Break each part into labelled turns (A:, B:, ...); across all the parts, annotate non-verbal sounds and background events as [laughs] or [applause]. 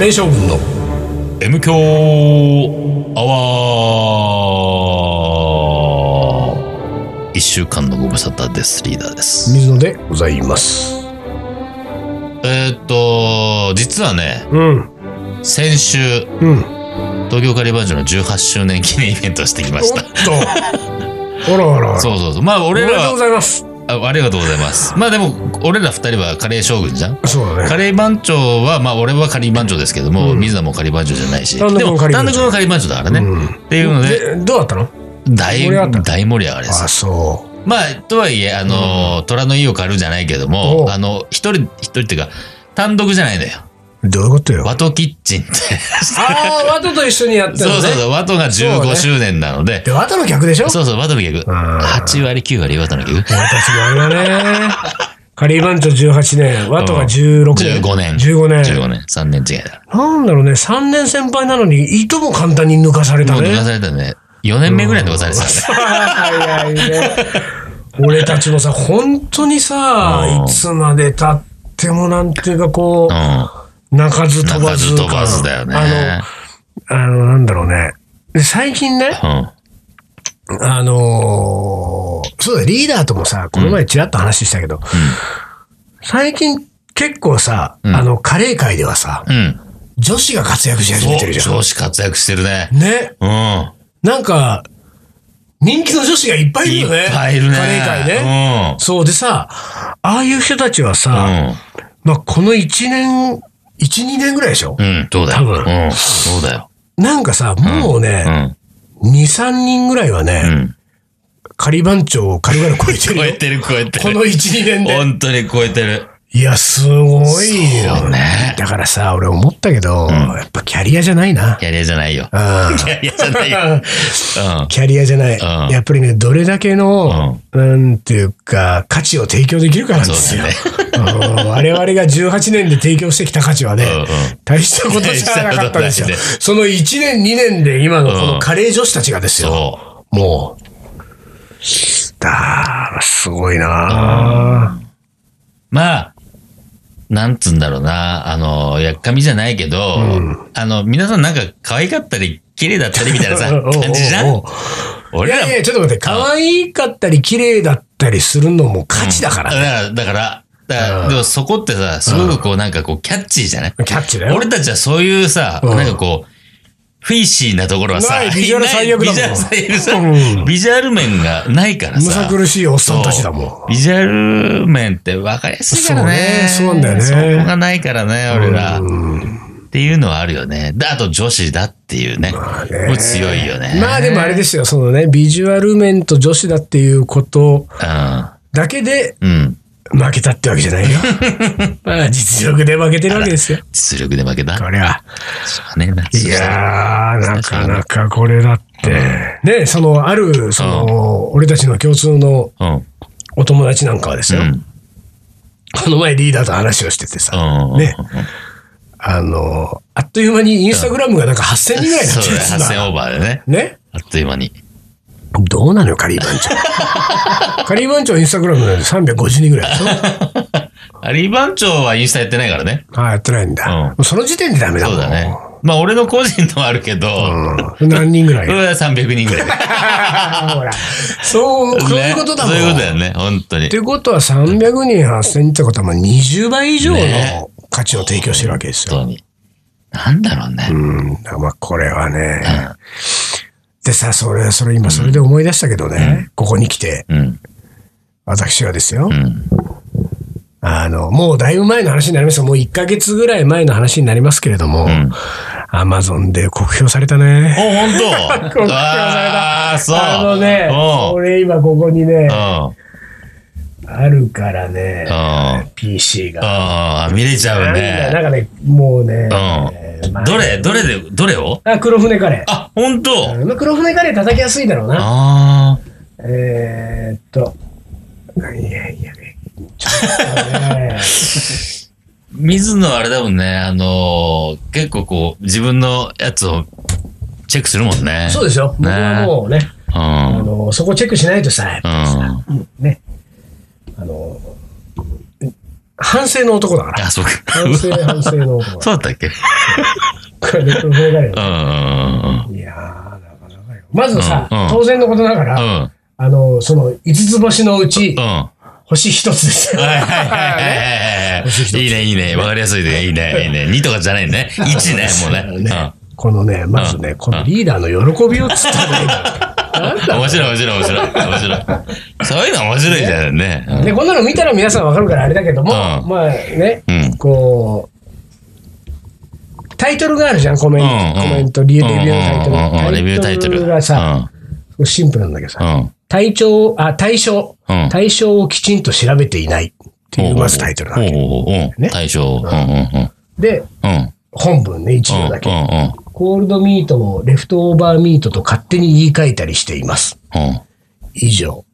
A: ネ将軍の
B: M 強アワー一週間のご無沙汰です。リーダーです。
A: 水野でございます。
B: えーっと、実はね、
A: うん、
B: 先週、
A: うん。
B: 東京カリバンジョの18周年記念イベントをしてきま
A: お [laughs]
B: し。
A: ったと。 [laughs] あらあらあら。
B: そうそうそう。まあ、
A: お
B: 俺
A: めで
B: ら
A: とうご
B: は、
A: ざいます。
B: あありがとうございます。まあでも、俺ら二人はカレー将軍じゃん
A: そうだね。
B: カレー番長は、まあ俺はカリー番長ですけども、
A: うん
B: 水田もカリー番長じゃないし。で
A: 単独も
B: も、
A: カリー番長
B: 単独のカリー番長だからね。
A: うん
B: っていうので、
A: でどうだったの
B: 大
A: 盛り上がった
B: 大盛り上がりです
A: あ、。そう。
B: まあ、とはいえ、あの、虎の意を狩るじゃないけど
A: お
B: も
A: う、
B: あの、一人、一人っていうか、単独じゃないのよ。
A: どういうことよ。
B: ワトキッチン
A: [laughs]
B: って。
A: ああ、ワトと一緒にやってる
B: そ
A: の
B: うそう
A: ね。
B: そう、ワトが
A: そうね
B: 15周年なので、
A: で、ワトの客でしょ
B: そうそう、ワトの客。
A: ん
B: 8割、9割、ワトの客。
A: 俺たちもあれだね。カリー番長18年、ワトが16年。
B: 15年。
A: 15年。
B: 15年。3年違いだ。
A: なんだろうね、3年先輩なのに、いとも簡単に抜かされた
B: もう
A: ね
B: 抜。かされたね。4年目ぐらい抜かされてたね。
A: 早いね。俺たちもさ、本当にさ
B: う、ん
A: いつまでたってもなんていうかこう、
B: [laughs] う
A: 鳴かず
B: ん。
A: 飛
B: 泣
A: ば
B: かず
A: ず
B: 飛ばず
A: 感
B: だよね
A: あ。の、あの、なんだろうね。で最近ね、
B: うん。
A: あのーそうだ、リーダーともさ、この前ちらっと話したけど、最近結構さ、
B: ん
A: あの、カレー界ではさ、
B: うん。
A: 女子が活躍し始めてるじゃ
B: 調子活躍してるね。
A: ん。ね。
B: うん。
A: なんか、人気の女子がいっぱいいる
B: い
A: よね。
B: っぱいいるね。
A: カレー界ね。そうでさ、ああいう人たちは
B: う
A: さ、
B: ん。うん。
A: まあこの1年、1、2年ぐらいでしょ、
B: うん、そうだよ。
A: 多分
B: うん、そうだよ。
A: なんかさ、もう
B: う
A: ね、
B: ん。
A: 2、3人ぐらいは
B: う
A: ね、
B: ん。
A: 仮番長を軽々超えてる
B: 超
A: よ
B: え。てる、超えて
A: こ
B: る。
A: の1、2年で。
B: 本当に超えてる。
A: いや、すごい
B: そ
A: よ。
B: うね
A: だからさ、俺思ったけど、やっぱキャリアじゃないな。
B: キャリアじゃないよ。
A: うん
B: [laughs] キャリアじゃないよ。うん。
A: キャリアじゃない。
B: うん
A: やっぱりね、どれだけの、なんていうか、価値を提供できるかなんですよ。 [laughs] うん我々が18年で提供してきた価値はね、
B: うんうん
A: 大したことじゃなかったんですよ
B: 大した。
A: その1年、2年で今のこ
B: う
A: の
B: ん
A: カレー女子たちがですよ。
B: そ
A: もう。だーすごいなー
B: う。まあ、なんつうんだろうな。あの、やっかみじゃないけど、あの、皆さんなんか可愛かったり、綺麗だったりみたいなさ、
A: [laughs] おうおうおう
B: 感じじゃん
A: い
B: 俺ら
A: や
B: も
A: いや、ちょっと待って、可愛かったり綺麗だったりするのも価値だからね。
B: うんだから、だから、だか
A: うん
B: らでもそこってさ、すごくこうなんかこうキャッチーじゃない
A: キャッチだよ。
B: 俺たちはそういうさ、
A: うん
B: なんかこう、フェイシーなところはさ
A: な、いビジュアル最悪だもん
B: ビジュアル最悪さ
A: うん
B: ビジュアル面がないから
A: む
B: さ。
A: さ苦しいおっさんたちだもん。
B: ビジュアル面って分かりやすいからね。
A: そうねそうなんだよね
B: そこがないからね、俺ら。
A: うん
B: っていうのはあるよね。で、あと女子だっていうね。
A: ね
B: もう強いよね。
A: まあでもあれですよ、そのね、ビジュアル面と女子だっていうことだけで
B: うん。うん。
A: 負けたってわけじゃない [laughs] よ。まあ実力で負けてるわけですよ。
B: 実力で負けた。
A: これは。
B: しょうがねえな。
A: いやー、なかなかこれだって。ね、その、ある、その、俺たちの共通の
B: うん。うん。
A: お友達なんかはですよ、この前リーダーと話をしててさ、
B: うん。
A: ねあの、あっという間にインスタグラムがなんか8000人ぐらいにな
B: そ
A: っ
B: う
A: ちゃうやつ
B: だね。8000
A: だ。
B: オーバーでね。
A: ね
B: あっという間に。
A: どうなのよ、カリー番長。 [laughs] カリー番長インスタグラムなんで350人ぐらいでしょ
B: あリバン長はインスタやってないからね。
A: [laughs] ああ、やってないんだ。
B: うん
A: もうその時点でダメだ
B: そ
A: もん。
B: うだね。まあ、俺の個人のはあるけど、
A: うん。何人ぐらい
B: 俺は300人ぐらい。
A: あ [laughs] あほら。そう、そういうことだもん。
B: ねそういうこと
A: っ
B: だよね、本当に。
A: てことは300人8000人ってことはまあ20倍以上
B: ね
A: の価値を提供してるわけですよ。
B: 本当に。なんだろうね。
A: うん。だからまあこれはね。でさ、それ、それ今それで思い出したけどね。ここに来て、
B: うん。
A: 私はですよ。
B: うん。
A: あの、もうだいぶ前の話になりますよ。もう1ヶ月ぐらい前の話になりますけれども
B: ん、
A: アマゾンで酷評されたね
B: お、。本当
A: 告知をされた
B: ああ、そう。
A: あのね、
B: うん。
A: 俺今ここにね、
B: うん。
A: あるからね
B: う、ん。うん
A: PC が。
B: あー。見れちゃう
A: なん
B: ね。
A: かね、もうね、
B: うん。
A: まあ
B: どれどれで、どれを
A: あ黒船カレー。
B: あ、本当
A: まあ、黒船カレー叩きやすいだろうな。
B: ああ。
A: えー、っ
B: [laughs]
A: と、いやいや、ちょっとね、
B: 水野あれだもんね、あのー、結構こう、自分のやつをチェックするもんね。
A: そうでしょ、僕はもうね、
B: う
A: あ
B: ん。うん。
A: のそこチェックしないとさ、やっぱりさね、あの反省の男だから。
B: あ、そうか。
A: 反省、反省の男だ。
B: [laughs] そうだったっけ
A: これで不法だよ
B: う。ん。
A: いやー、なかなかよ。まずさ、
B: うんうん
A: 当然のことなが
B: う
A: ら、
B: ん。
A: あの、その、五つ星のうち
B: うん。、はい
A: 星一つですよ。
B: はいはいはい。いいね、いいね。わかりやすいで、いいね、いいね。2とかじゃないね。1ね、もうね。う
A: このね、まずね、このリーダーの喜びをつったらいいんだよなんだ
B: ん。面白い、面白い、面白い。面白い。そういうの面白いじゃんね。
A: で、こんなの見たら皆さんわかるからあれだけども、
B: うん
A: まあね、
B: うん
A: こう、タイトルがあるじゃん、コメント、コメント、レビューのタイトル。
B: レビュータイトル。
A: がさ、シンプルなんだけど
B: う
A: さ、
B: ん。
A: 対象、あ、対象、
B: うん
A: 対象をきちんと調べていないっていう、まずタイトルなわけ。
B: ね。対象。うんうんうん。
A: で、
B: うん。
A: 本文ね、一行だ
B: う
A: け。
B: んうん
A: コールドミートをレフトオーバーミートと勝手に言い換えたりしています。
B: うん。
A: 以上。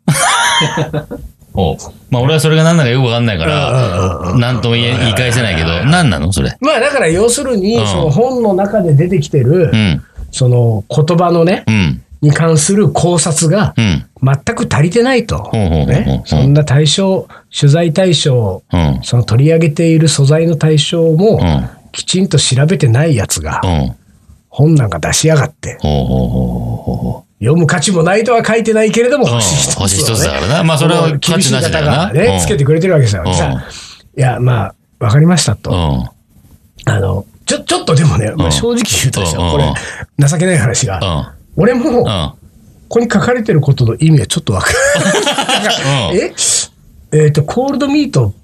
B: おまあ俺はそれが何だかよくわかんないか
A: うんうん
B: ら、なんとも言え言い返せないけど、何なのそれ。
A: まあだから要するに、
B: うん
A: その本の中で出てきてる、
B: うん。
A: その言葉のね、
B: うん。
A: に関する考察が
B: うん。
A: 全く足りてないと。
B: ほうほうほうほう
A: ね、そんな対象、取材対象、
B: うん。
A: その取り上げている素材の対象も
B: うん
A: きちんと調べてないやつが
B: うん。
A: 本なんか出しやがって、
B: ほうほうほうほうほ
A: 読む価値もないとは書いてないけれども、
B: う。うん。
A: 星
B: 星
A: 一つ
B: 一
A: を
B: つ
A: ね
B: だからな。まあそれは価
A: 厳し
B: 値
A: い
B: なしだ
A: 方
B: よな。
A: がね、つけてくれてるわけですよ。
B: うん
A: さあいや、まあ、わかりました
B: う
A: と。
B: ん。
A: あの、ちょ、ちょっとでもね、まあ、正直言うとですよ
B: うん
A: これ、情けない話が
B: う、ん。
A: 俺も、
B: う
A: こ
B: ん。
A: こに書かれてることの意味はちょっとわかる。
B: うん。
A: ええっ、と、コールドミート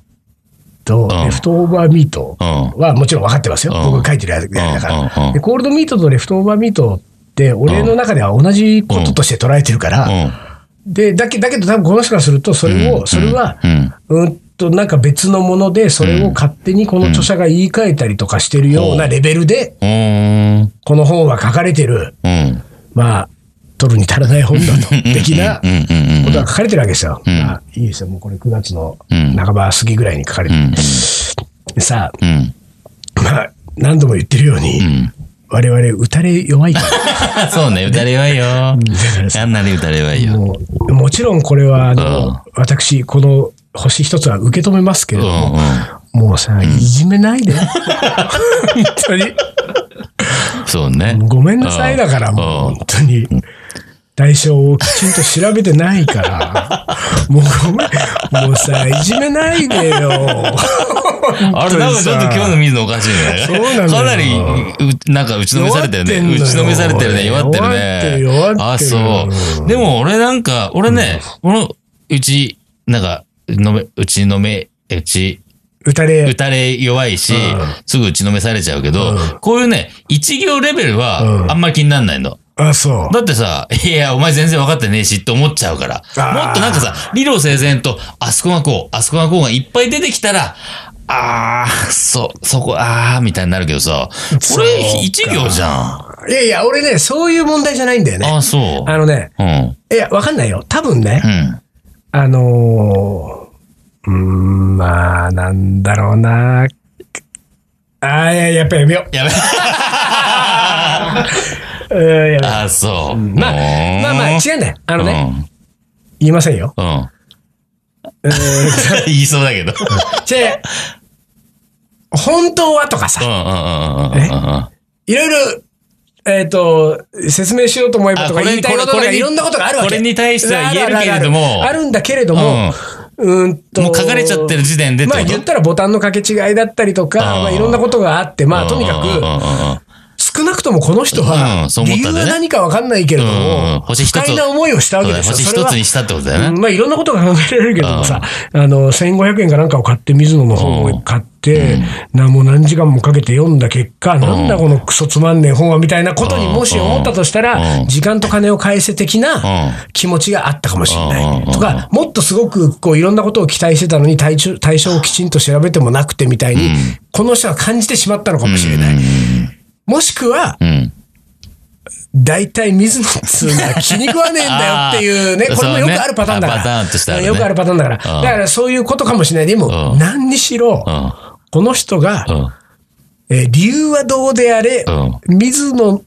A: と
B: うん
A: レフトオーバーミート
B: う
A: はもちろん分かってますよ。
B: うん
A: 僕が書いてるやつだか
B: うんうんう
A: ら。
B: ん
A: で、コールドミートとレフトオーバーミートって、俺の中では同じこととして捉えてるから、
B: ん。
A: で、だけ、だけど多分この人からすると、それを、
B: うん
A: それは
B: う、ん。
A: うんと、なんか別のもので、それを勝手にこの著者が言い換えたりとかしてるようなレベルで、
B: うん。うん。
A: この本は書かれてる、
B: うん。
A: まあ、取るに足らない本だと、的な
B: うん。うん。
A: ことが書かれてるわけですよ。
B: うん
A: まあ、いいですよ。もうこれ9月の
B: うん
A: 半ば過ぎぐらいに書かれて
B: うん。
A: さ
B: うん。
A: あ、まあ、何度も言ってるように、
B: うん。
A: 我々打たれ弱いか
B: そうね、歌れ弱いよ。あんなに歌れ弱い
A: ら
B: よ。
A: もうもちろんこれはあの、
B: うん
A: 私、この星一つは受け止めますけ
B: う
A: れ
B: ん。う
A: ども、
B: ん。
A: もうさ、いじめない
B: [laughs]
A: で。本当に。
B: そうね。
A: ごめんなさいだから、
B: うん
A: もう本当に。対象をきちんと調べてないから。 [laughs] もうごめん。もうさ、いじめないでよ。
B: あれ、なんかちょっと今日の水野おかしいね。
A: そうなのよ
B: かなり、うなんか打ちのめされてるね。
A: 弱
B: 打
A: ってんの
B: ち
A: よ
B: のめされてるね。弱ってるね。
A: 弱ってる弱ってる
B: あ、そう。でも俺なんか、俺ね、この、うち、なんか、のめ、うちのめ、うち、
A: 打たれ
B: 打。たれ弱いし、
A: うん
B: すぐ打ちのめされちゃうけど、
A: う
B: こういうね、一行レベル
A: う
B: は、
A: ん
B: あんまり気になんないの。
A: あ、そう。
B: だってさ、いや、お前全然分かってねえしって思っちゃうから。もっと
A: ー
B: なんかさ、理路整然と、あそこがこう、あそこがこうがいっぱい出てきたら、あー、そ、そこ、あー、みたいになるけどさ、こ
A: そうか
B: れ一行じゃん。
A: いやいや、俺ね、そういう問題じゃないんだよね。
B: あー、そ
A: あのね、
B: う。うん。
A: いや、わかんないよ。多分ね
B: う、ん。
A: あのー、うーん、まあ、なんだろうな。あーいや、やっぱやめよ
B: やべ。
A: う。うん、やめよ
B: あー、そう。
A: うまあ、まあまあ、違うんだよ。あのね、言いませんよ。
B: うん。うん。
A: うーん
B: [laughs] 言いそうだ
A: [laughs]
B: け
A: 違
B: ど。
A: う本当はとか
B: うん
A: さ
B: う、んうんうんうんうんうん。
A: いろいろ、えっ、と、説明しようと思えばとか
B: あこれ
A: 言いたいことと
B: これ
A: か
B: これに
A: いろんなことがあるわけ
B: これに対しては言えるけれども
A: あるあるあるあるんだけれども、うーんと。
B: もう書かれちゃってる時点でって
A: ま
B: こ
A: あ
B: と
A: 言ったらボタンの掛け違いだったりとか、
B: うん
A: まあいろんなことがあって、まあとにか
B: うんうんうん
A: く、
B: うんうん
A: 少なくともこの人
B: う
A: は
B: んそう、思っ
A: 理
B: たんだ
A: 由
B: よね
A: は何かわかんないけれど
B: うんうん
A: も、
B: 星一つ
A: 不快な思いをしたわ
B: そ
A: け
B: うだ
A: で
B: よ
A: すよ。
B: 星
A: それ
B: 一
A: は
B: つにしたってことだよね。
A: うんまあいろんなことが考えられるけどもさ、あの、1500円かなんかを買って、水野の本を買って、なもう何時間もかけて読んだ結果、なんだこのクソつまんねえ本はみたいなことにもし思ったとした
B: う
A: ら、
B: ん
A: 時間と金を返せ的
B: うん
A: な気持ちがあったかもしれな
B: う
A: い。
B: んうん
A: とか、もっとすごくこういろんなことを期待してたのに対象、対象をきちんと調べてもなくてみたいに、この人は感じてしまったのかもしれない。もしくは、
B: うん。
A: 大体水野っつうのは気に食わねえんだよっていうね
B: [laughs] あ、ー
A: これもよくあるパターンだから。
B: そうねあパターンとしてあるね
A: よくあるパターンだから。だからそういうことかもしれない。でも、
B: うん
A: 何にしろ
B: う、ん。
A: この人が
B: う、ん。
A: えー理由はどうであれ、
B: う
A: 水野を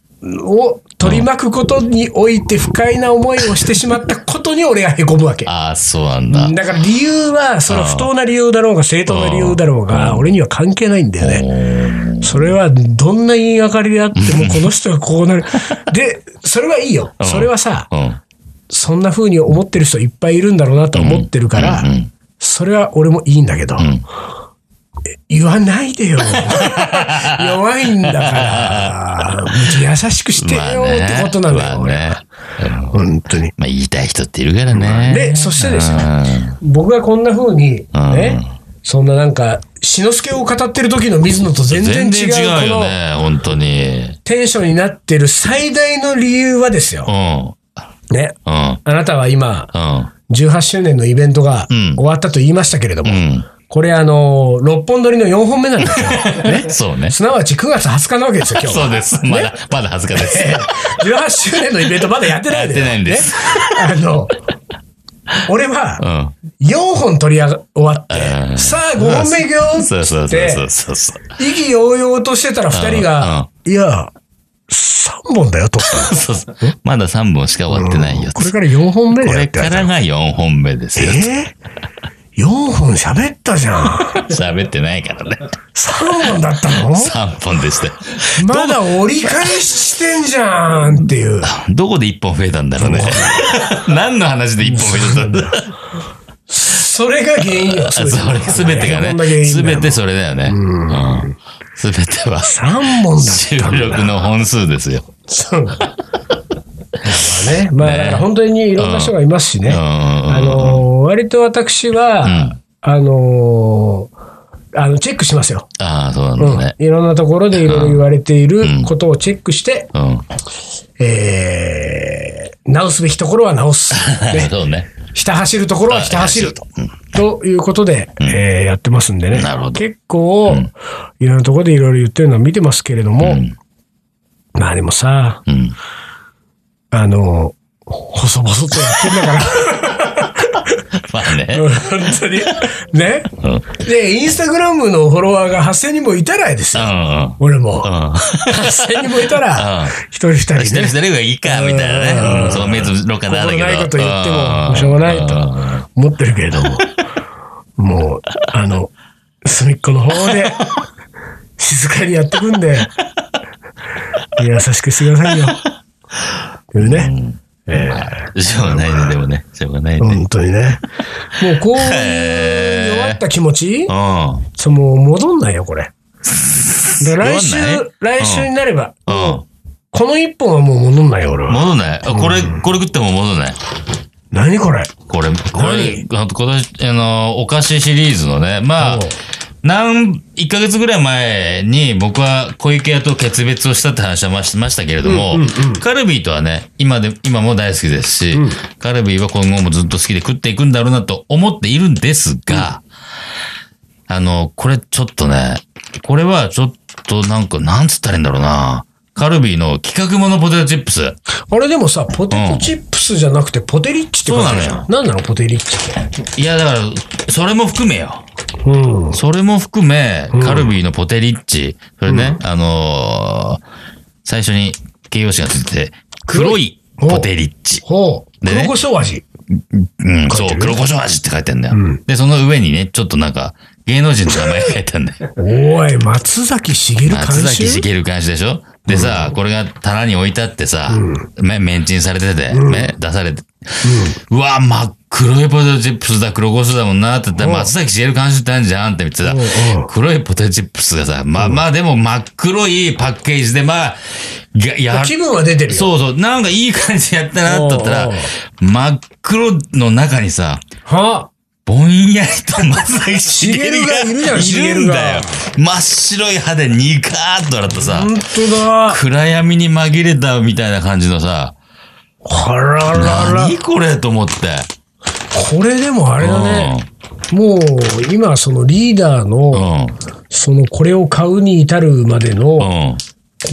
A: 取り巻くことにおいて不快な思いをしてしまったことに俺はへこむわけ。
B: ああ、そうなんだ。
A: だから理由は、その不当な理由だろうが、正当な理由だろうが、俺には関係ないんだよね。それはどんな言いがかりであっても、この人がこう
B: [laughs]
A: なる。で、それはいいよ。それはさ、
B: うん。
A: そんな風に思ってる人いっぱいいるんだろうなとは思ってるから
B: うんうん、
A: それは俺もいいんだけど、
B: ん
A: え言わない
B: [laughs]
A: でよ。弱いんだ
B: [laughs]
A: から、優しくしてよってことなのよ、
B: まあ
A: 俺
B: ね。うん
A: 本当に。
B: まあ、言いたい人っているからね。
A: で、そしてですね、
B: ね。
A: 僕がこんな風に、
B: うん
A: ね、そんななんか、志の輔を語ってる時の水野と全然違
B: 全
A: う、
B: 然違う
A: こ
B: よ
A: の
B: ね、本当に。
A: テンションになってる最大の理由はです
B: う
A: よ。
B: ん。
A: ね。
B: うん。
A: あなたは今、
B: うん。
A: 18周年のイベントが
B: うん
A: 終わったと言いましたけれども、
B: うん。
A: これあのー、6本撮りの4本目なんですよ。ね。
B: そう [laughs] ね。
A: すなわち9月20日なわけですよ、今日は。
B: そうです。まだ、まだ恥ずかです。
A: [laughs] 18周年のイベントまだやってないで
B: やってないんです
A: あの、俺は、
B: うん。
A: 4本取りあが終わっ
B: う
A: て、
B: ん
A: さあ5本目いくよっつ
B: そうそ
A: っ
B: うそう
A: て、
B: そうそうそう。
A: 意気揚々としてたら2人が、いや、3本だよ、と。
B: そうそうまだ3本しか終わってないよ。
A: これから4本目
B: こ
A: だよ
B: れ
A: って言
B: か
A: われ
B: らが4本目ですよ。
A: た。えー、?4 本喋ったじ
B: [laughs]
A: ゃん。
B: 喋ってないからね。
A: 3本だったの
B: 3本でしたよ。
A: まだ折り返ししてんじゃんっていう。
B: どこで1本増えたんだろうね。何の話で1本増えたんだ
A: それが原因よ。
B: [laughs] それ全てが
A: こんな原因
B: ね。
A: だよ
B: 全てそれだよね。うん全ては
A: 3本
B: [laughs]
A: だ
B: 収
A: ったんだ。
B: 録の本数ですよ。
A: そう。だからね。まあ、だから本当にいろんな人がいますしね。
B: うん
A: あのー割と私は、
B: ん
A: あのーあの、チェックしますよ。
B: ああ、そうなん
A: う
B: だ
A: ん
B: ね。
A: いろんなところでいろいろ言われている
B: ん
A: ことをチェックして、
B: うん。
A: えー直すべきところは直
B: [laughs]
A: す。ね
B: そうね。
A: ひた走るところはひた走ると。ということで、えーやってますんでね。
B: なるほど
A: 結構、いろんなところでいろいろ言ってるのは見てますけれども、
B: うん
A: まあでもさ、
B: うん。
A: あの、細々とやってんだから、
B: まあ [laughs] ね。
A: 本当に。ね。
B: うん。うん。うん
A: で、インスタグラムのフォロワーが8000人もいたらですよ。俺も。8000人もいた
B: うん
A: ら、一人二
B: 一
A: 人
B: 人
A: ね
B: 一人がいいか、みたいな
A: うん
B: ね。うんそう、目つろかなだ
A: 心
B: けど。
A: ないこと言って
B: う
A: も、
B: ん
A: しょうがない
B: うん
A: と思ってるけれども、もう、あの、隅っこの方で、静かにやってくんで、優しくしてくださいよ。というね。え
B: しょうがないね、でもね。しょうがない
A: ー
B: ね。
A: 本当にね。もうこういう
B: へー
A: 弱った気持ち
B: う、ん。
A: そう、もう戻んないよ、これ。だから来週
B: 戻んない、
A: 来週になれば、
B: うん。
A: この一本はもう戻んないよ、俺は。
B: 戻んないあこれ、これ食っても戻んない。
A: 何これ
B: これ、これ、あと今年、あの、お菓子シリーズのね、まあ
A: おう、
B: 何、1ヶ月ぐらい前に僕は小池屋と決別をしたって話はましましたけれども、カルビーとはね、今で、今も大好きですし、カルビーは今後もずっと好きで食っていくんだろうなと思っているんですが、あの、これちょっとね、これはちょっとなんか、なんつったらいいんだろうな。カルビーの企画ものポテトチップス。
A: あれでもさ、ポテトチップスじゃなくて、ポテリッチってことじゃん。何なの、ポテリッチって。
B: いや、だから、それも含めよ。
A: うん。
B: それも含め、カルビーのポテリッチ、それね、あのー最初に形容詞がついてて、黒いポテリッチ。
A: ほう。
B: でね
A: 黒胡椒味。
B: うん、
A: 書
B: そ
A: いうて、る。
B: 黒胡椒味って書いてんだよ。で、その上にね、ちょっとなんか、芸能人の名前書いてんだよ
A: おい、松崎しげる監
B: 松崎
A: 修
B: しげる監視でしょでさ、これが棚に置いてあってさ、め、メンチンされてて、め、出されて、うわ、真っ黒いポテトチップスだ、黒胡椒だもんなって言ったら、松崎しげる監修ってあるじゃんって言ってた
A: うんうん。
B: 黒いポテトチップスがさ、まあまあでも真っ黒いパッケージで、まあ、や、や、
A: 気分は出てるよ。
B: そうそう、なんかいい感じやったなって言ったら
A: うんうん、
B: 真っ黒の中にさ、
A: は
B: ぼんやりと松崎しげるが
A: しげるがいるじゃんしげ
B: いる
A: る
B: ん
A: が
B: だよ。真っ白い歯でニカーっと笑ったさ、
A: 本当だ。
B: 暗闇に紛れたみたいな感じのさ、
A: あららら。
B: 何これと思って。
A: これでもあれだね。もう、今、そのリーダー
B: う
A: の、
B: ん。
A: その、これを買うに至るまでの、
B: うん。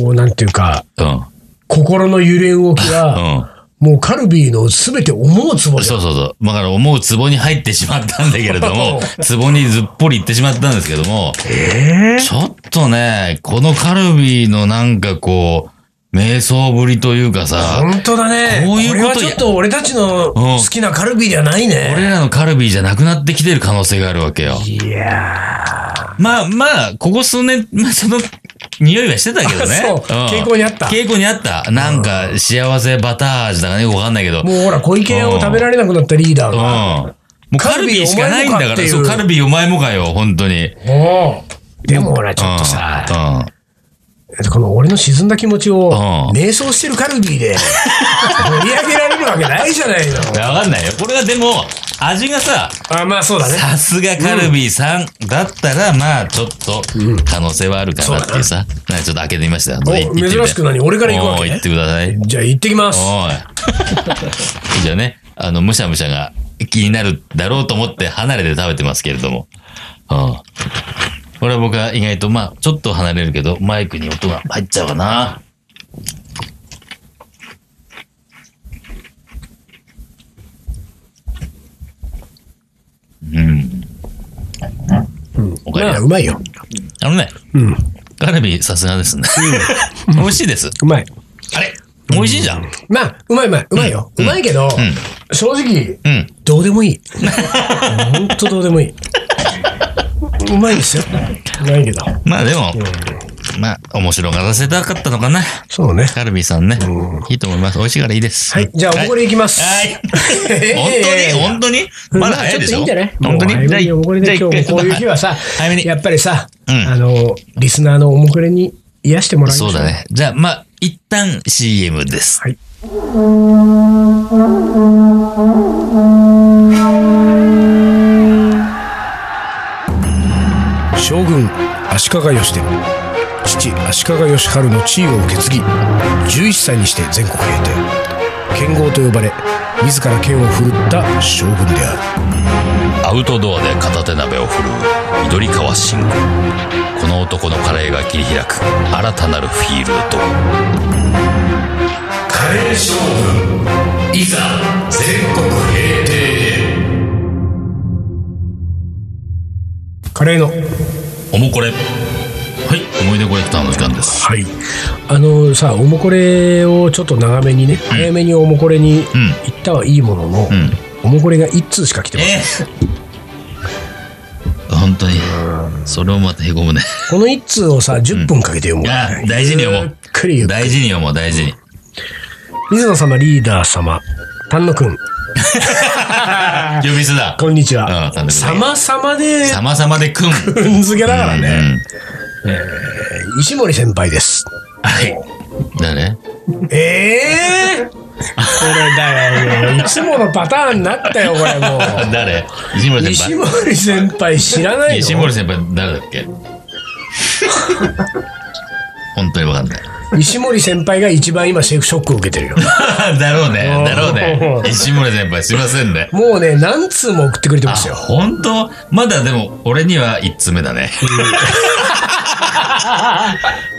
A: こう、なんていうか、
B: うん。
A: 心の揺れ動きが、
B: [laughs] うん。
A: もうカルビーのすべて思うつぼじゃん
B: そうそうそう。だから思う壺に入ってしまったんだけれ
A: [laughs]
B: ども、壺にずっぽり行ってしまったんですけども、
A: ええ
B: ちょっとね、このカルビーのなんかこう、瞑想ぶりというかさ、
A: 本当だね。
B: こういうこと
A: れはちょっと俺たちの好きなカルビーじゃないね。
B: 俺らのカルビーじゃなくなってきてる可能性があるわけよ。
A: いや
B: まあまあ、ここ数年、 [laughs] まあその、匂いはしてたけどね。
A: あそうん傾向にあった
B: 傾向にあった。なんか、幸せバター味だかね、わかんないけど。
A: ーもうほら、小池屋を食べられなくなったリーダー
B: うん。
A: が。
B: もうカルビーしかないんだか
A: カルビーお前もかってい
B: ら、
A: う
B: そう、カルビーお前もかよ、本当に。
A: おうでもほら、ちょっとさ、この俺の沈んだ気持ちを
B: ん、
A: 瞑想してるカルビーで、盛り上げられるわけないじゃないの。
B: うん。わかんないよ。これはでも、味がさ、
A: あ、まあそうだね。
B: さすがカルビーさんだったら、まあ、ちょっと、可能性はあるかなっていうさ。なんかちょっと開けてみましたよ。
A: お
B: どうい行ってみて
A: 珍しく何俺から行くわ
B: おー
A: け
B: 行
A: ね
B: ってください。
A: じゃあ行ってきます。
B: おい。じゃあね、あの、むしゃむしゃが気になるだろうと思って離れて食べてますけれども。うん。これは僕は意外と、まあ、ちょっと離れるけど、マイクに音が入っちゃうかな。うん。おかえり
A: まあ、うまいよ。
B: あのね、
A: うん。
B: カルビさすがですね。 [laughs] 美味しいです。
A: うまい。
B: あれ美味しいじゃん。うん。
A: まあ、うまいうまい。うまいよ。うまいけど、正直、どうでも
B: [laughs]
A: いい。ほんとどうでもいい。うまいですよ。うまいけど。
B: まあでも、まあ、面白がらせたかったのかな。
A: そうね。
B: カルビーさんね。いいと思います。美味しいからいいです。
A: はい。じゃあ、おこれ行きます。 [laughs]
B: はい。
A: ええ
B: 本当に本当にまだ早いでし
A: ちょっと
B: ょ
A: いいんじゃない
B: 本当
A: もう
B: に
A: 早めにおこれで今日もこういう日はさ、
B: 早めに
A: やっぱりさ、
B: うん
A: あの、リスナーのおもくれに癒してもらいましょ
B: そうだ。ね。じゃあ、まあ、一旦 CM です。
A: はい。
C: 将軍足利義で父足利義晴の地位を受け継ぎ11歳にして全国平定剣豪と呼ばれ自ら剣を振るった将軍である
B: アウトドアで片手鍋を振るう緑川信吾この男のカレーが切り開く新たなるフィールドカレー将軍いざ全国平定へ
A: カレーの。
B: おもこれはい思い出コレクターの時間です
A: はい。あのさ、おもこれをちょっと長めにね、早めにおもこれに
B: ん
A: 行ったはいいものの、
B: ん
A: おもこれが一通しか来てません。
B: え本当にそれをまたへこむね
A: この一通をさ、10分かけて読む
B: い
A: から
B: や大事に読もう
A: ゆっくりゆっくり
B: 大事に読もう大事に
A: 水野様、リーダー様、丹野くん、
B: 呼び捨てだ
A: こんにちは
B: うん丹野。くん
A: 様々で、
B: 様々でくん
A: くん付けだから
B: う
A: ね。
B: ん
A: 石森先輩です。
B: はい誰
A: ええー、これだよもう。いつものパターンになったよ、これ
B: [laughs]
A: も
B: あ
A: う。
B: [laughs] 誰西村先
A: 石
B: 輩
A: 森先輩知らないの
B: 西森先輩誰だ [laughs] っけ本当にわかんない。
A: 石森先輩が一番今シェフショックを受けてるよ。
B: だろうね、だろうね
A: お。ー
B: 西森先輩すいませんね。
A: もうね、何通も送ってくれて
B: あ
A: ますよ。
B: 本当まだでも、俺には一通目
A: [laughs]
B: だね。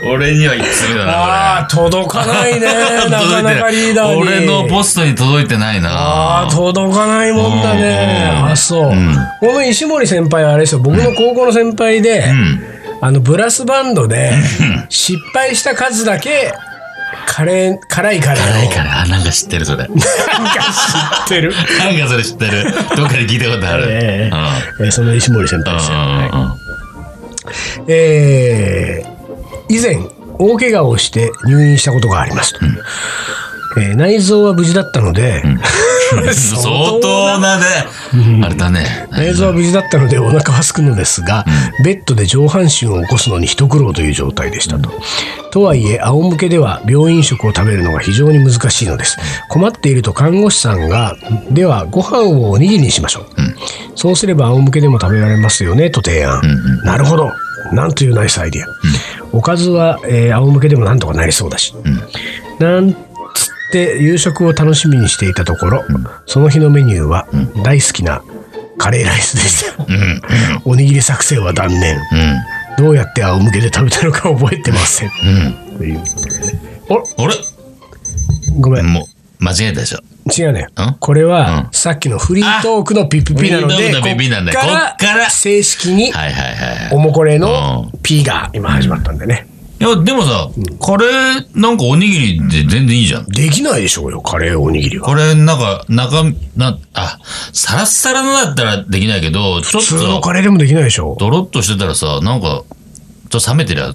B: 俺には一通目だ
A: あ
B: な、
A: あ、届かないね。
B: [laughs] これ。
A: なかなかリーダーに。
B: 俺のポストに届いてない
A: あ
B: な
A: あ、。届かないもんだね。
B: うん
A: あそう、
B: ん
A: この石森先輩はあれですよ、僕の高校の先輩で、
B: うん。
A: あの、ブラスバンドで、失敗した数だけ、カレー、辛いカレーを。
B: 誰から、あなんか知ってる、それ。なんか
A: なんか知ってる。
B: それ知ってる。どっかで聞いたことある。
A: えええーその石森先輩ですよ。
B: うんうんうんうん
A: えー以前大怪我をして入院したことがありますと、えー内臓は無事だったので、 [laughs]
B: 相当なね、あれだね。
A: 内臓は無事だったのでお腹はすくのですが、ベッドで上半身を起こすのに一苦労という状態でしたと。とはいえ、仰向けでは病院食を食べるのが非常に難しいのです。困っていると看護師さんが、ではご飯をおにぎりにしましょう。そうすれば仰向けでも食べられますよね、と提案。なるほど。なんというナイスアイディア。おかずは、えー仰向けでもなんとかなりそうだし。なんつって夕食を楽しみにしていたところ、その日のメニューは大好きなカレーライスでした。 [laughs] おにぎり作戦は断念。
B: う
A: どうやって仰向けで食べたのか覚えてません。
B: ん。うん。
A: ということでね
B: あれ
A: ごめん。
B: もう、間違えたでしょ。
A: 違うね
B: ん。
A: これは、
B: うん
A: さっきのフリートークのピッピピなの
B: フリ
A: で、
B: ートークのピッピピなんで
A: こ
B: こっ
A: っ
B: か
A: からら正式に
B: はいはいはいはい。
A: おもこれ
B: う
A: の
B: ん
A: P が今始まったんでね。
B: いや、でもさ、カレーなんかおにぎりで全然いいじゃん。
A: できないでしょうよ、カレーおにぎりは。
B: これ、なんか、中身、な、あ、サラッサラのだったらできないけど、ちょっ
A: 普通の
B: と、
A: カレーでもできないでしょう。
B: ドロッとしてたらさ、なんか、ちょっと冷めてりゃ、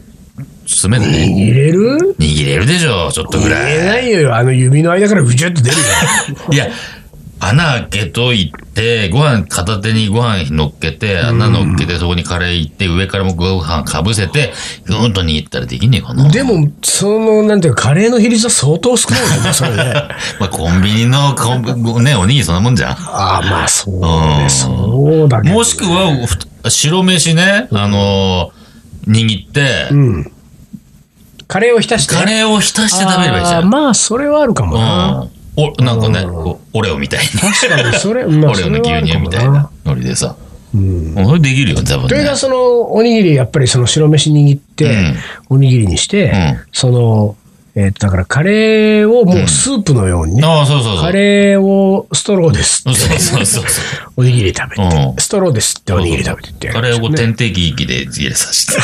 B: 冷めるね。
A: 入れる
B: 握れるでしょ、ちょっとぐ
A: 入
B: らい。
A: れないよ、あの指の間からぐちゃっと出るよ。
B: いや、穴開けといて、ご飯片手にご飯乗っけて、穴乗っけて、そこにカレー行って、上からもご飯かぶせて、ぐーんと握ったらできねえかな。
A: でも、その、なんていうか、カレーの比率は相当少ないよね、それ
B: [laughs]
A: ね。
B: [laughs] まあ、コンビニのコンビ、ごね、おにぎりそんなもんじゃん。
A: ああ、まあ、そう
B: う
A: ね、
B: ん
A: そうだけど。
B: もしくは、ふ白飯ね、あのー握って、
A: うん。カレーを浸して。
B: カ
A: ー
B: レーを浸して食べればいいじゃん。
A: まあ、それはあるかもな。
B: うん。お、なんかね、こうオレオみたいに。
A: 確かに、それ、まあ、
B: [laughs] オレオ
A: それは
B: の
A: あ
B: 牛
A: る
B: 乳
A: かも
B: みたいな。ノリでさ。
A: うん。
B: もうそれできるよ、多分
A: という
B: ね
A: か、。その、おにぎり、やっぱりその白飯握って、おにぎりにして、
B: うん
A: その、えっと、だから、カレーをもうスープのようにね、
B: ああ、そうそうそう。
A: カレーをストローです
B: そ
A: っ
B: う
A: て、
B: そうそうそう。
A: おにぎり食べて、
B: うん
A: ストローですっておにぎり食べてってやる
B: カ
A: んで
B: レ
A: す
B: ー
A: よ
B: を
A: ね
B: 点滴液で入れさせて。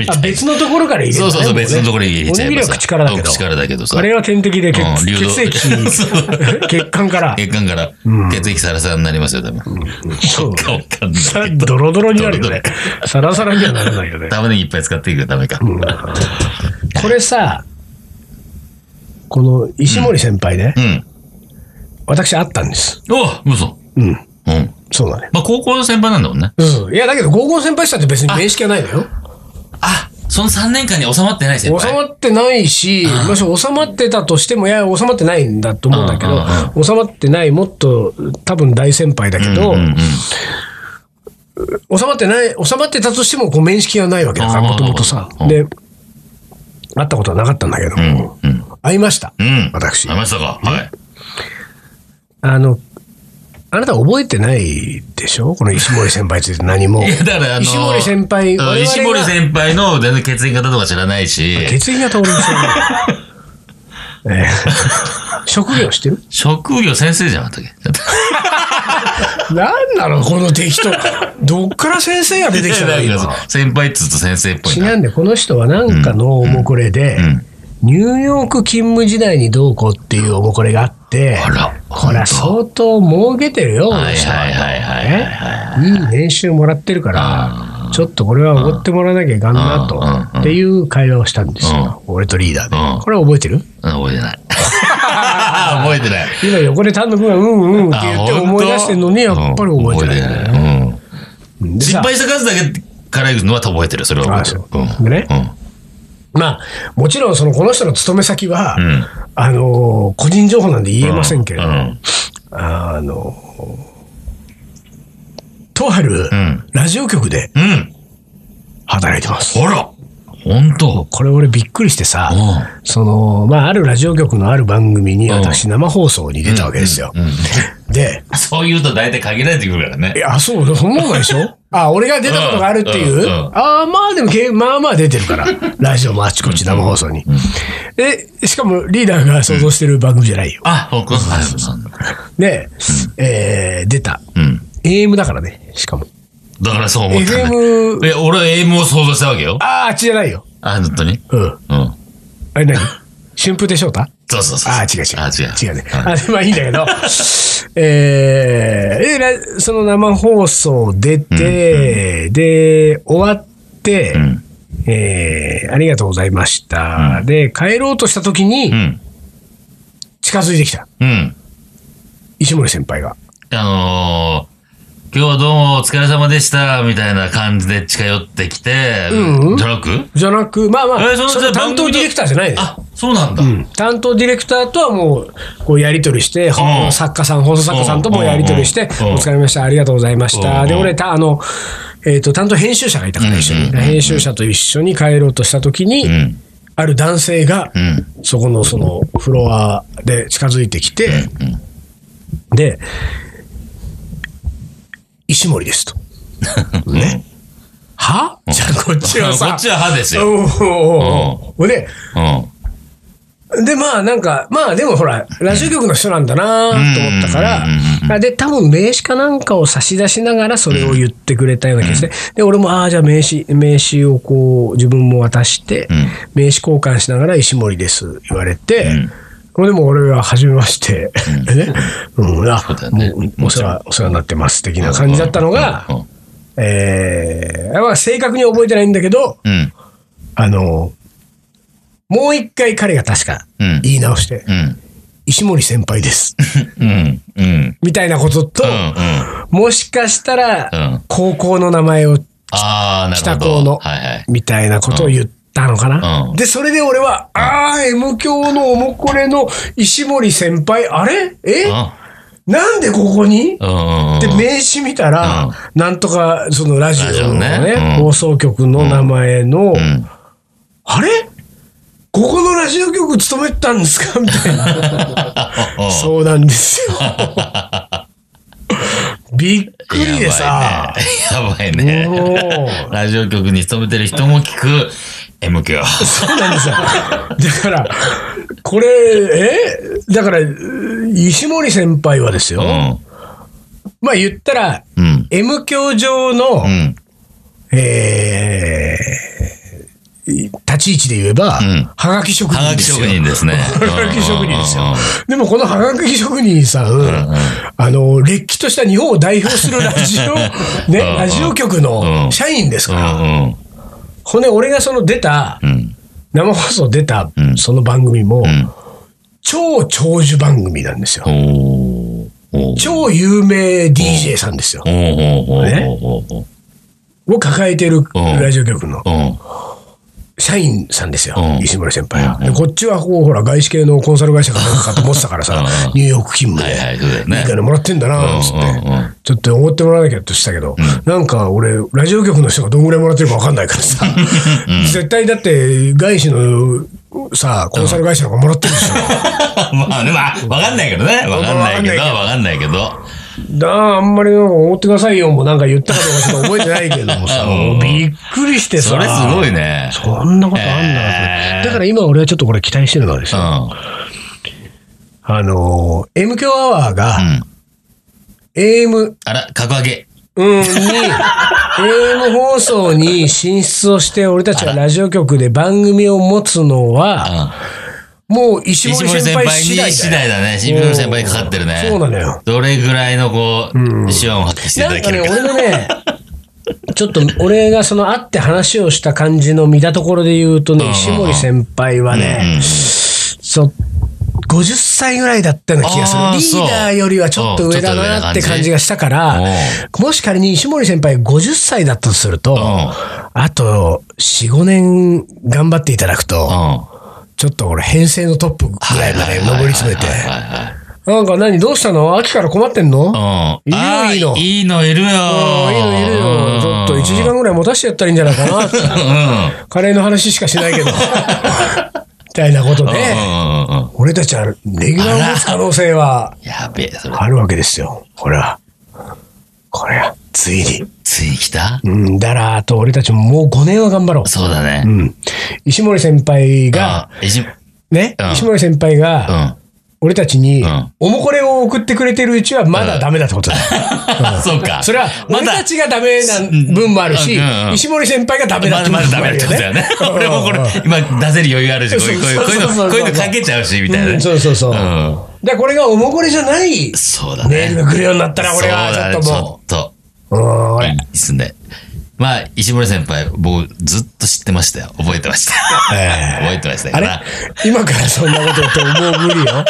B: みた
A: [laughs] あ
B: いな
A: 別のところから入れる
B: そ
A: の
B: う
A: ね
B: そうそ
A: も
B: う、
A: ね
B: 別のところに入れちゃえばさ。
A: おにぎりは口からだけど
B: 口からだけどさ。
A: カレーは点滴で血,、
B: うん流動
A: 血
B: [laughs]
A: 液
B: そう、
A: 血管から、
B: 血管から血液サラサラになりますよ、多分。
A: そう
B: かわかんない
A: さ
B: けど
A: ドロドロになるよね。サラサラにはならないよね。
B: 玉ねぎいっぱい使っていくよ、ダメか。
A: これさ、この石森先輩ね、
B: うん。
A: 私会ったんです。
B: お嘘。
A: うん。
B: うん。
A: そうだね。
B: まあ、高校の先輩なんだもんね。
A: うん。いや、だけど、合コン先輩したって別に面識はないのよ。
B: あ、その3年間に収まってない先
A: 収
B: 輩。
A: まってないし、もし収まってたとしても、いや、収まってないんだと思うんだけ
B: うんうん
A: ど、収まってない、もっと多分大先輩だけど、
B: うんうんうん
A: 収まってない、収まってたとしても、こう、面識がないわけだから、
B: あー
A: もともとさ
B: う。ん
A: で、会ったことはなかったんだけど、
B: うん。うん。
A: 会いました。
B: うん。
A: 私
B: ありましたか。はい。
A: あの、あなた覚えてないでしょこの石森先輩について何も。
B: いや、だからあの、
A: 石森先輩
B: うん
A: 我々が
B: 石森先輩の全然血液型とか知らないし、
A: 血液型俺も知らない。え
B: [laughs]
A: え職業してる
B: 職業先生じゃなかったっけ
A: なんなのこの適当。 [laughs] どっから先生 [laughs] が出てき
B: [laughs]
A: たの
B: いやだか
A: 今
B: ら先輩っつうと先生っぽい
A: ち
B: な。
A: なんで、この人はなんかのおもこれで、
B: うん。
A: ニューヨーク勤務時代にどうこうっていうおもこれがあって、
B: あら、
A: これは
B: う。
A: 相当儲けてるよ、この
B: はい
A: 人
B: はいはいはいはいはい。
A: ねいい年収もらってるから、ちょっとこれはおごってもらわなきゃいかんな
B: うんうんう
A: と、
B: ん
A: っていう会話をしたんですよ。俺とリーダー
B: うん
A: で。これ覚えてる
B: うん覚え
A: [laughs]
B: てない。覚えてない。
A: 今横で丹野君がうんうんって言って
B: あ
A: 思い出してるのに、やっぱり覚えてないんだよね。
B: ない。うん
A: で
B: 失
A: さ
B: 敗した数だけからいくのは覚えてる。それは覚えてる
A: あそう。でねまあ、もちろんそのこの人の勤め先は、
B: うん。うん。
A: あのー個人情報なんで言えませんけれど
B: う
A: も、
B: ん。
A: あのーとある
B: うん
A: ラジオ局で
B: うん。
A: 働いてます。
B: ほら本当
A: これ俺びっくりしてさ、
B: う
A: その、まあ、あるラジオ局のある番組に
B: うん
A: 私生放送に出たわけですよ。
B: ん。うん
A: で、
B: そう言うと大体限られてくるからね
A: い。や、そう、そんなもんないでし
B: [laughs]
A: ょあ、俺が出たことがあるっていう、
B: うんうん
A: ああ、まあでもけ、まあまあ出てる
B: [laughs]
A: から。ラジオもあちこち生放送に。で、しかもリーダーが想像してる番組じゃないよ。
B: あ、僕はそうなんだ。
A: で、えー、出た。
B: うん。
A: AM だからね、しかも。
B: だからそう思ったんだ。
A: FM、
B: え、俺は AM を想像したわけよ。
A: ああ、あっちじゃないよ。
B: あ、本当に
A: うん。
B: うん。
A: あ [laughs] れ何春風亭昇太
B: そうそうそう。
A: ああ、違う違う。
B: あ、違う。
A: 違うね。
B: ん
A: あでまあいいんだけど、 [laughs] えーでら、その生放送出て、で、終わって、
B: うん。
A: えーありがとうございました。で、帰ろうとした時に
B: う、ん。
A: 近づいてきた。
B: うん。
A: 石森先輩が。
B: あのー、今日はどうもお疲れ様でした、みたいな感じで近寄ってきて、
A: んうん
B: じゃなく
A: じゃなく、まあまあ、
B: えーその
A: それ
B: じゃあ
A: 担当ディレクターじゃないのよ。
B: あ、そうなんだ。
A: うん担当ディレクターとはもう、こうやり取りして、
B: ん
A: 作家さん、放送作家さんともやり取りして、
B: うん
A: お疲れ様でした、ありがとうございました。
B: うん
A: で、俺、た、あの、えっと、担当編集者がいたから一緒に、
B: うん
A: 編集者と一緒に帰ろうとした時に、
B: うん。
A: ある男性が、
B: うん。
A: そこのそのフロアで近づいてきて、で、石森ですと。
B: [laughs]
A: ね。はじゃあこっちはさ。
B: [laughs] こっちは歯ですよ。
A: おうおうおうおうほんで、
B: うん。
A: で、まあなんか、まあでもほら、ラジオ局の人なんだなと思ったか
B: うん
A: ら、で、多分名刺かなんかを差し出しながらそれを言ってくれたような気がして、で、俺も、ああ、じゃあ名刺、名刺をこう、自分も渡して、名刺交換しながら石森です、言われて、これでも俺は初めまして、ね、うん、あ
B: そうだよね
A: もうお世話、お世話になってます、的な感じだったのが
B: う、ん
A: えー、まあ正確に覚えてないんだけど、
B: うん。
A: あの、もう一回彼が確か
B: うん
A: 言い直して、
B: うん。
A: 石森先輩です。 [laughs]
B: うん。うん。
A: みたいなことと
B: う、ん。うん。
A: もしかした
B: う
A: ら
B: ん、
A: 高校の名前を、
B: ああ、な
A: 北
B: るほど。
A: 高の
B: はいはい。
A: みたいなことを言ったのかな。
B: うん
A: で、それで俺は、ああ、M 教のおもこれの石森先輩、あれえなんでここに
B: うん。
A: で、名刺見たら、なんとか、そのラジオの
B: ラジオ
A: ね
B: ね、うん
A: 放送局の名前の
B: う、ん。
A: あれここのラジオ局勤めてたんですかみたいな。
B: [laughs]
A: そうなんですよ。びっくりでさ。
B: やばいね。やばいね。
A: も
B: ラジオ局に勤めてる人も聞く M 響。
A: うそうなんですよ。だから、これ、えだから、石森先輩はですよ。
B: うん。
A: まあ言ったら、
B: うん。
A: M 教上の、
B: うん。
A: えー立ち位置で言えば、
B: ん
A: はがき職
B: は
A: 人
B: が
A: で
B: き
A: す
B: 職
A: よ。
B: 人ですね。
A: はがき職人ですよ
B: うんうんうん。
A: [laughs] でもこのはがき職人さん、あの、れっきとした日本を代表するラジ
B: [laughs]
A: オ、ね、
B: うんうん
A: ラジオ局
B: う
A: の
B: ん
A: 社員ですから、
B: うん
A: ほんで、俺がその出た、
B: うん。うん。
A: 生放送出た
B: う、ん
A: その番組も、
B: ん
A: 超長寿番組なんですよ。
B: おーおー。
A: 超有名 DJ さんですよ
B: お。ーおーおーおーおー
A: を抱えてる
B: うん
A: ラジオ局の
B: うん。
A: 社員さんですよ
B: う、ん
A: 石森先輩は。
B: うん
A: でこっちはこう、ほら、外資系のコンサル会社かなんかかと思ってたからさ
B: う、ん
A: ニューヨーク勤務
B: はいは
A: で
B: い、。そうだよ
A: いい
B: ね。
A: 金もらってんだな、つって。
B: うんうんうん
A: ちょっと思ってもらわなきゃとしたけど、なんか俺、ラジオ局の人がどんぐらいもらってるかわかんないからさ、絶対だって、外資のさ、コンサル会社の方がもらってるでし
B: [laughs] まあね、まあ、わかんないけどね。わかんないけど、
A: わ
B: わかんないけど。
A: ょ。だあ、あんまりなんか思ってくださいよ、もうなんか言ったかどうかちょっと覚えてないけどもさ、
B: うん
A: もうびっくりしてさ。
B: それすごいね。
A: そんなことあんだ、
B: えー
A: だから今俺はちょっとこれ期待してるのはです
B: う
A: ね、
B: ん。
A: あのー、M 強アワー
B: う
A: が
B: ん。
A: AM、
B: あら、格上げ。
A: うん、に、AM 放送に進出をして、俺たちはラジオ局で番組を持つのは、
B: う
A: もう石
B: ん。石
A: 森
B: 森
A: 先
B: 先
A: 輩
B: 輩
A: 次第
B: に次
A: だ
B: 第
A: よ。
B: だね。石森先輩にかかってるね。
A: そうなのよ。
B: どれぐらいのこう、手腕を発揮していた
A: な
B: だ
A: んか
B: け
A: ね、
B: るか。
A: 俺のね、 [laughs] ちょっと俺がその会って話をした感じの見たところで言うとね、
B: うん
A: 石森先輩はね、そう、50歳ぐらいだったような気が
B: あー
A: する。
B: そう
A: リーダーよりはちょっと上だ
B: うんちょっと
A: な
B: 上な
A: っ
B: 感
A: て
B: じ
A: 感じがしたから
B: うん、
A: もし仮に石森先輩が50歳だったとすると、
B: ん
A: あと4、5年頑張っていただくと、ちょっと俺編成のトップぐらいまで上り詰めて、
B: はいはいはい
A: なんか何どうしたの秋から困ってんの
B: うん。あー
A: いいの
B: いいのいるよ。いい
A: ああ、いいのいるよ。ちょっと1時間ぐらい持たせてやったらいいんじゃないかなって。
B: [laughs]
A: カレーの話しかしないけど。みたいなこと
B: うんうん
A: で、
B: うんうん。
A: 俺たちはレギュラーを持つ可能性は
B: やべえ、それ。
A: あるわけですよ。これは。これは、ついに。
B: ついに来た
A: うん、だらーと俺たちももう5年は頑張ろう。
B: そうだ
A: う
B: ね。
A: ん。石森先輩が、
B: が、石、うん。
A: ね
B: うん、
A: 石森先輩が、俺たちに
B: うん、
A: おもこれを送ってくれてるうちはまだダメだってこと
B: [laughs]
A: だよ。
B: [laughs] そうか。
A: それは、
B: ま
A: 俺
B: だ
A: たちがダメな分もあるし
B: うんうんう、ん
A: 石森先輩がダメだっ
B: ま
A: て
B: だ
A: こ
B: ま
A: と
B: だ
A: も
B: ダ
A: あ
B: メ
A: る
B: って
A: よ
B: ことだよ
A: ね [laughs]
B: ね。俺もこれ、今出せる余裕あるし、こういう、こういう、こういうの、
A: そうそうそうそう
B: こういうのかけちゃうし、みたいな
A: う
B: ね。
A: んそうそうそう。だ
B: ん
A: からこれがおもこれじゃない
B: そうだ
A: メー
B: ね。
A: ルが来るようになったら、俺は
B: そうだ
A: ちょ
B: ね
A: っとも
B: ちょっと。
A: う。うん、
B: い
A: 俺
B: いですね。まあ、石森先輩、僕、ずっと知ってましたよ。覚えてま
A: [laughs]
B: した。覚えてました
A: あ
B: か
A: れ
B: ら。
A: 今からそんなこと言ってももう無理よ。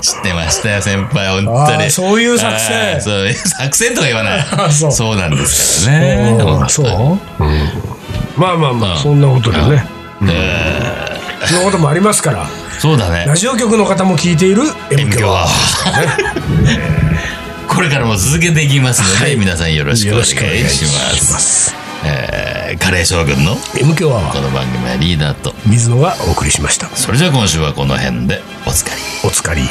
B: 知ってましたよ、先輩。本当
A: あー
B: に。
A: そういう作戦
B: あーそういう作戦とか言わない
A: [laughs] あ。そう
B: そうなんですからね。
A: うんそうまあまあま
B: う
A: あ、
B: ん
A: そんなことでね。うんそんなこともありますから、
B: そうだね
A: ラ。ジオ局の方も聞いている M 響
B: は。これからも続けていきますので、皆さんよろしくお願いします。
A: す。
B: えーカレー将軍の
A: M 響
B: こ
A: は
B: の番組はリーダーと、
A: 水野がお送りしました。
B: それじゃあ今週はこの辺でおつかり。
A: お疲れ。